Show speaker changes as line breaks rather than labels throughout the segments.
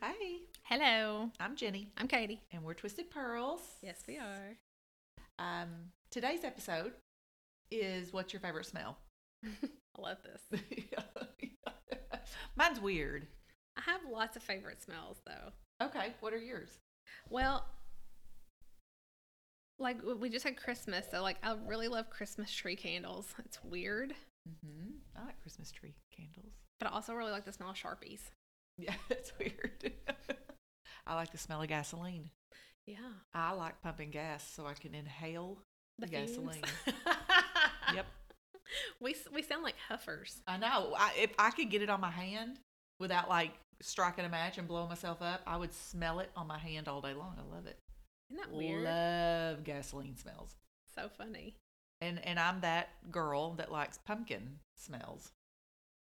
Hey,
Hello,
I'm Jenny,
I'm Katie.
and we're Twisted Pearls.
are.
Um, today's episode is what's your favorite smell?
I love this.
Mine's weird.
I have lots of favorite smells though.
Okay, what are yours?
Well, like w- we just had Christmas, so like I really love Christmas tree candles. It's weird,
Mm-hmm. I like Christmas tree candles.
but I also really like the smell of Sharpies.
Yeah, it's weird. I like the smell of gasoline.
Yeah.
I like pumping gas so I can inhale
The
the
fumes.
gasoline. yep.
We s- we sound like huffers.
I know. I, if I could get it on my hand without like striking a match and blowing myself up, I would smell it on my hand all day long. I love it.
Isn't that weird?
Love gasoline smells.
So funny.
And and I'm that girl that likes pumpkin smells.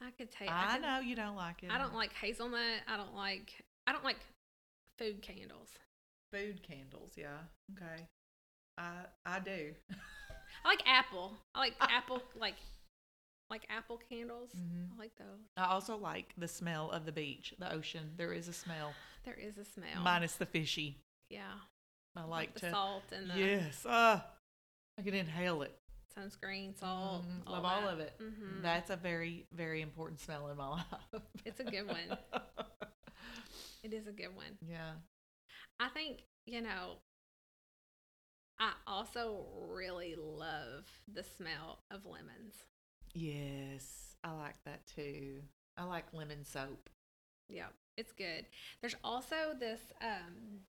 I could take.
I,
I, could-
know you don't like it.
I don't like hazelnut. I don't like. I don't like food candles.
food candles. Yeah. Okay. I I do.
I like apple. I like
Ah.
apple. Like like apple candles.
Mhm.
I like those.
I also like the smell of the beach, the ocean. There is a smell,
There is a smell.
minus the fishy.
yeah.
I
Like,
like
the
to.
salt and the
Yes. Uh, I can inhale it.
sunscreen, salt.
Mhm,
all
Love
that.
all of it.
Mhm.
That's a very very important smell in my life.
It's a good one. It is a good one.
yeah.
I think, you know, I also really love the smell of lemons.
Yes. I like that too. I like lemon soap.
Yeah, it's good. There's also this um,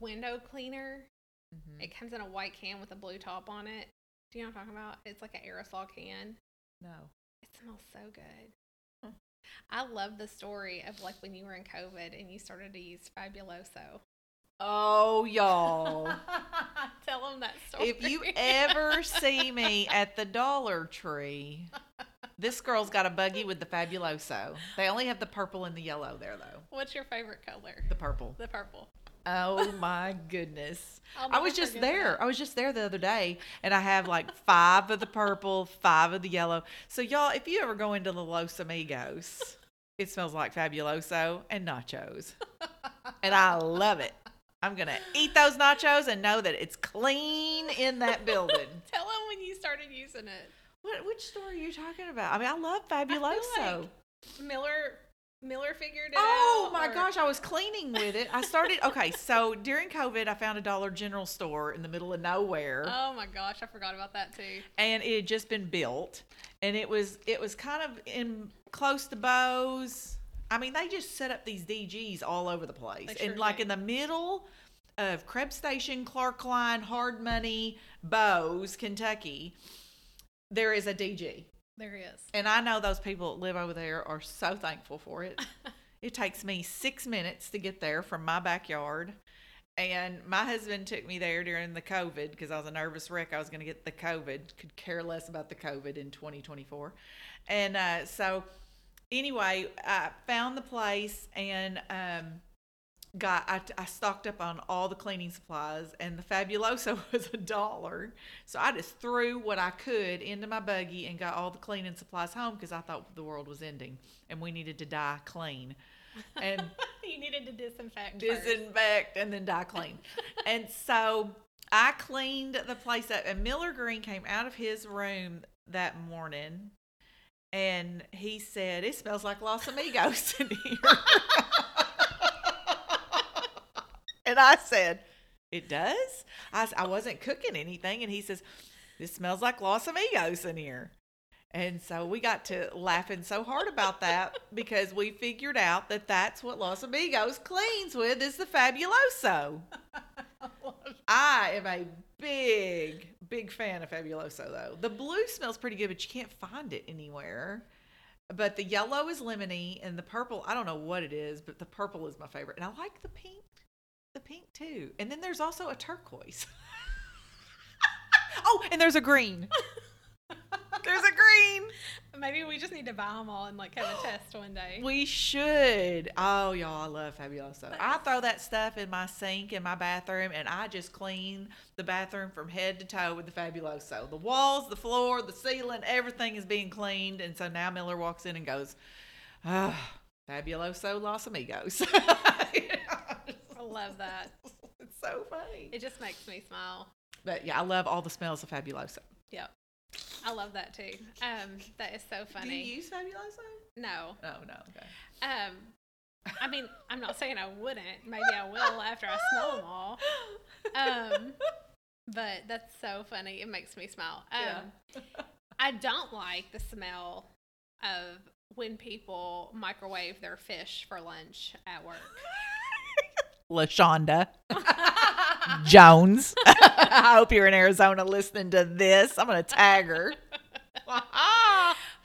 window cleaner.
Mhm.
It comes in a white can with a blue top on it. Do you know what I'm talking about? It's like an aerosol can.
No.
It smells so good.
Hmm.
I love the story of like when you were in COVID and you started to use Fabuloso.
Oh, y'all.
Tell them that story.
if you ever see me at the Dollar Tree, this girl's got a buggy with the Fabuloso. They only have the purple and the yellow there, though.
What's your favorite color?
The purple.
The purple.
Oh my Oh, goodness.
I'll
I was
never
just
forget
there.
that.
I was just there the other day, and I have like five of the purple, five of the yellow. So, y'all, if you ever go into the Los Amigos, it smells like Fabuloso and nachos. And I love it. I'm going to eat those nachos and know that it's clean in that building.
Tell them when you started using it.
What, which store are you talking about? I mean, I love Fabuloso.
like- Miller Miller figured it
Oh
out.
my
or-
gosh, I was cleaning with it. I started okay, so during COVID I found a Dollar General store in the middle of nowhere.
Oh my gosh, I forgot about that too.
and it had just been built and it was it was kind of in close to bows i mean they just set up these dgs all over the place
They sure
and like
do.
in the middle of krebs station clark line hard money bows kentucky there is a dg
There he is.
and i know those people that live over there are so thankful for it it takes me six minutes to get there from my backyard. And my husband took me there during the COVID because I was a nervous wreck. I was going to get the COVID, could care less about the COVID in 2024. And uh, so, anyway, I found the place and um, got, I, I stocked up on all the cleaning supplies, and the Fabuloso was a dollar. So I just threw what I could into my buggy and got all the cleaning supplies home because I thought the world was ending and we needed to die clean. And
you needed to disinfect. first.
disinfect and then dye clean. and so I cleaned the place up, and Miller Green came out of his room that morning, and he said, "It smells like Los Amigos in here." and I said, "It does." I s- I wasn't cooking anything, and he says, "This smells like Los Amigos in here." And so we got to laughing so hard about that because we figured out that that's what Los Amigos cleans with is the Fabuloso. I am a big, big fan of Fabuloso though. The blue smells pretty good, but you can't find it anywhere. But the yellow is lemony and the purple, I don't know what it is, but the purple is my favorite. And I like the pink. The pink too. And then there's also a turquoise. oh, and there's a green. there's a green.
Maybe we just need to buy them all and like have a test one day.
We should. Oh, y'all, I love Fabuloso. I throw that stuff in my sink in my bathroom, and I just clean the bathroom from head to toe with the Fabuloso. The walls, the floor, the ceiling, everything is being cleaned. And so now Miller walks in and goes, oh, Fabuloso Los Amigos.
I love that.
it's so funny.
It just makes me smile.
But yeah, I love all the smells of Fabuloso.
Yep. I love that too. Um, that is so funny.
Do you use Fabuloso?
no.
Oh, no. Okay.
Um, I mean, I'm not saying I wouldn't. Maybe I will after I smell them all. Um, but that's so funny. It makes me smile. Um, I don't like the smell of when people microwave their fish for lunch at work.
LaShonda Jones. I hope you're in Arizona listening to this. I'm going to tag her.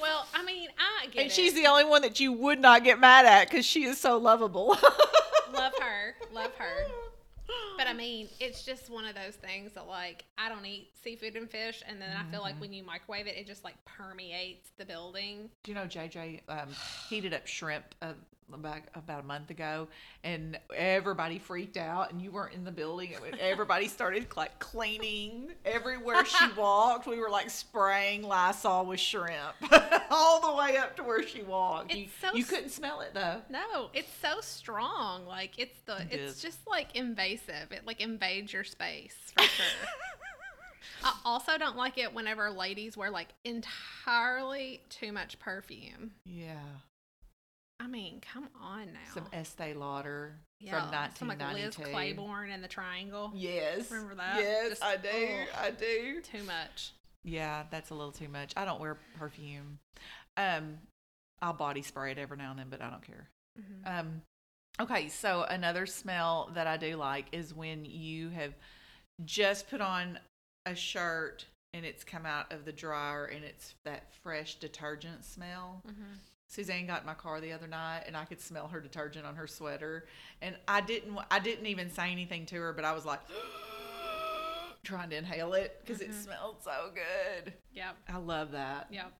well, I mean, I get
and
it.
she's the only one that you would not get mad at because she is so lovable.
love her, love her. But I mean, it's just one of those things that like I don't eat seafood and fish, and then I feel
Mm-hmm.
like when you microwave it, it just like permeates the building.
Do you know JJ um, heated up shrimp uh, back about a month ago, and everybody freaked out, and you weren't in the building. and Everybody started like cleaning everywhere she walked. We were like spraying Lysol with shrimp all the way up to where she walked. you,
It's so
you
s-
couldn't smell it though.
No, it's so strong. Like it's the
It
it's
is.
just like invasive. It like invades your space for sure. I also don't like it whenever ladies wear like entirely too much perfume.
Yeah,
I mean, come on now.
some Estee Lauder from
Yeah, some, like Liz
1992.
Claiborne and the Triangle.
Yes,
Remember that?
Yes,
Just- oh.
I do.
ugh.
I do.
Too much.
Yeah, that's a little too much. I don't wear perfume. Um, I'll body spray it every now and then, but I don't care.
Mhm.
Um, okay, so another smell that I do like is when you have just put on a shirt and it's come out of the dryer and it's that fresh detergent smell.
Mhm.
Suzanne got in my car the other night and I could smell her detergent on her sweater and I didn't wa- I didn't even say anything to her but I was like trying to inhale it because it
Mhm.
smelled so good.
Yep.
I love that.
Yep.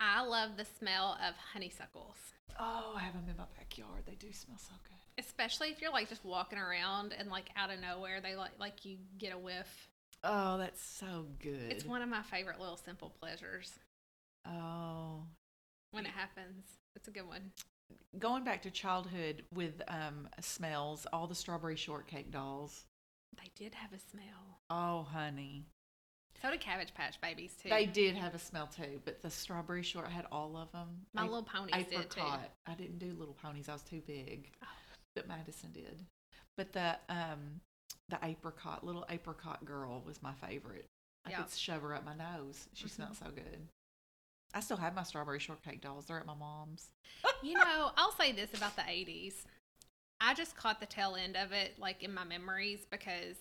I love the smell of honeysuckles,
Oh, I have them in my backyard. They do smell so good.
especially if you're like just walking around and like out of nowhere they like like you get a whiff.
Oh, that's so good.
It's one of my favorite little simple pleasures
Oh,
when it happens. It's a good one.
going back to childhood with um, smells, all the strawberry shortcake dolls.
They did have a smell.
Oh, honey,
So did Cabbage Patch Babies too.
they did have a smell too, but the strawberry short I had all of them.
My
I,
Little Ponies
I
did too.
forgot. I didn't do little ponies. I was too big,
Oh.
but Madison did. But the um, the apricot, little apricot girl, was my favorite. I
Yeah.
could shove her up my nose. She
Mhm.
smelled so good. I still have my strawberry shortcake dolls. They're at my mom's.
You know, I'll say this about the 80s. I just caught the tail end of it, like in my memories, because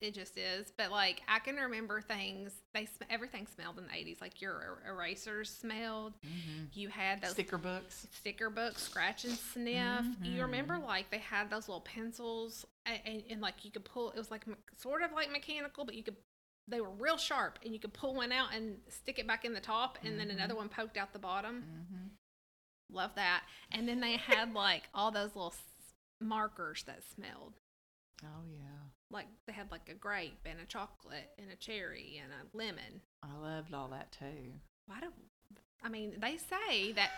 it just is. But like, I can remember things. They sm- everything smelled in the 80s. Like your er- erasers smelled. You had those
Sticker books.
sticker books, scratch and sniff. You remember like they had those little pencils, and, and, and like you could pull. It was like me- sort of like mechanical, but you could. They were real sharp, and you could pull one out and stick it back in the top, and then
Mhm.
another one poked out the bottom.
Mm-hmm.
Love that. And then they had like all those little s- markers that smelled.
Oh yeah.
Like they had like a grape and a chocolate and a cherry and a lemon.
I loved all that too.
Why do I mean they say that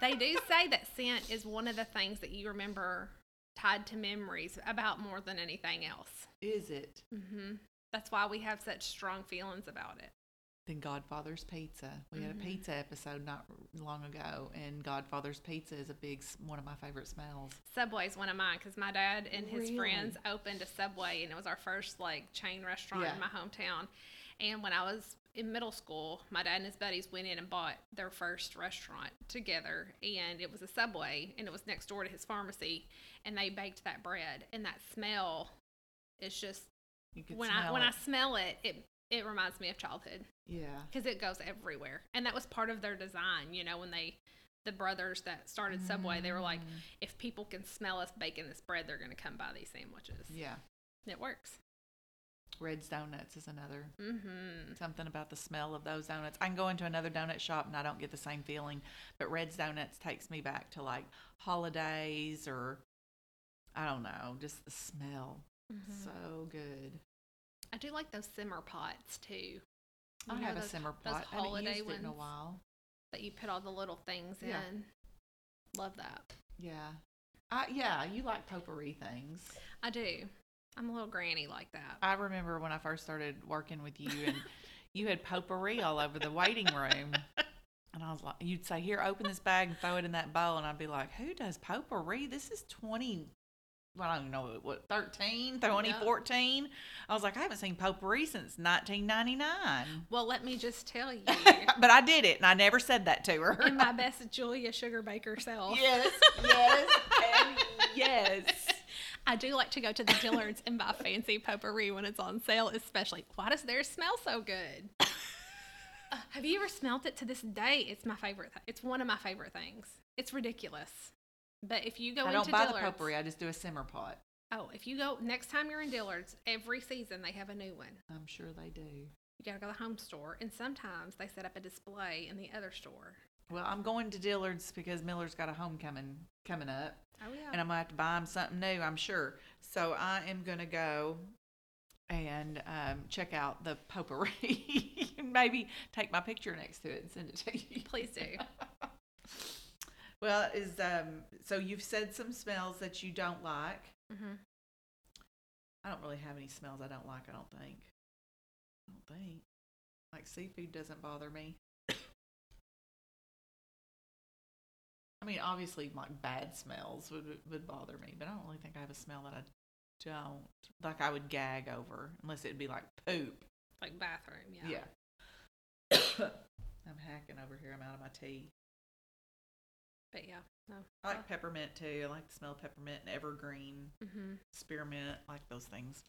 they do say that scent is one of the things that you remember tied to memories about more than anything else.
Is it?
hmm That's why we have such strong feelings about it.
Then Godfather's Pizza. We had
Mhm.
a pizza episode not long ago, and Godfather's Pizza is a big s- one of my favorite smells.
Subway's one of mine because my dad and his
Really?
friends opened a Subway, and it was our first like chain restaurant
Yeah.
in my hometown. And when I was in middle school, my dad and his buddies went in and bought their first restaurant together, and it was a Subway, and it was next door to his pharmacy, and they baked that bread, and that smell is just
You could
when
smell
I when I
it.
smell it, it it reminds me of childhood
yeah.
because it goes everywhere, and that was part of their design, you know, when they the brothers that started Subway, they were like, if people can smell us baking this bread, they're going to come buy these sandwiches.
Yeah.
And It works.
Red's Donuts is another
Mm-hmm.
something about the smell of those donuts. I can go into another donut shop and I don't get the same feeling, but Red's Donuts takes me back to like holidays or I don't know, just the smell.
Mm-hmm.
So good.
I do like those simmer pots too. You
I
know
have a
those
simmer
those
pot. I haven't
holiday
used it in a
ones.
while.
that you put all the little things
Yeah.
in. Love that.
Yeah. I, yeah, you like potpourri things.
I do. I'm a little granny like that.
I remember when I first started working with you and you had potpourri all over the waiting room. And I was like, you'd say, here, open this bag and throw it in that bowl. And I'd be like, who does potpourri? This is 20, well, I don't even know, what, 13, 2014? I was like, I haven't seen potpourri since 1999.
Well, let me just tell you,
but I did it and I never said that to her.
in my best Julia Sugar Baker self,
yes, yes, and yes.
I do like to go to the Dillards and buy fancy potpourri when it's on sale, especially. Why does theirs smell so good? Uh, have you ever smelt it to this day? It's my favorite. Th- it's one of my favorite things. It's ridiculous. But if you go
I
into
don't buy the
Dillard's,
potpourri, I just do a simmer pot.
oh, if you go next time you're in Dillard's, every season they have a new one.
I'm sure they do.
You gotta go to the home store, and sometimes they set up a display in the other store.
Well, I'm going to Dillard's because Miller's got a homecoming coming up,
Oh yeah.
and I'm gonna have to buy him something new. I'm sure. So I am gonna go and um, check out the potpourri, and maybe take my picture next to it and send it to you.
Please do.
Well, is um, so you've said some smells that you don't like.
hmm
I don't really have any smells I don't like. I don't think. I don't think. Like seafood doesn't bother me. I mean, obviously, like bad smells would would bother me, but I don't really think I have a smell that I don't like. I would gag over unless it'd be like poop.
Like bathroom, yeah.
Yeah. I'm hacking over here. I'm out of my tea.
But yeah, no.
I like peppermint too. I like the smell of peppermint and evergreen,
Mm-hmm.
spearmint, I like those things.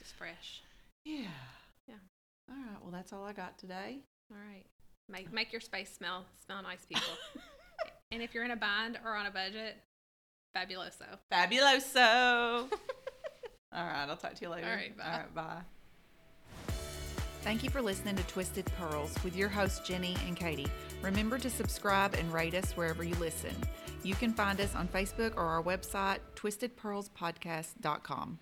It's fresh.
Yeah.
Yeah.
All right. Well, that's all I got today.
All right. Make make your space smell smell nice, people. and if you're in a bind or on a budget, fabuloso.
Fabuloso. All right, I'll talk to you later.
All right, bye.
All right, bye. Thank you for listening to Twisted Pearls with your hosts, Jenny and Katie. Remember to subscribe and rate us wherever you listen. You can find us on Facebook or our website, twistedpearlspodcast.com.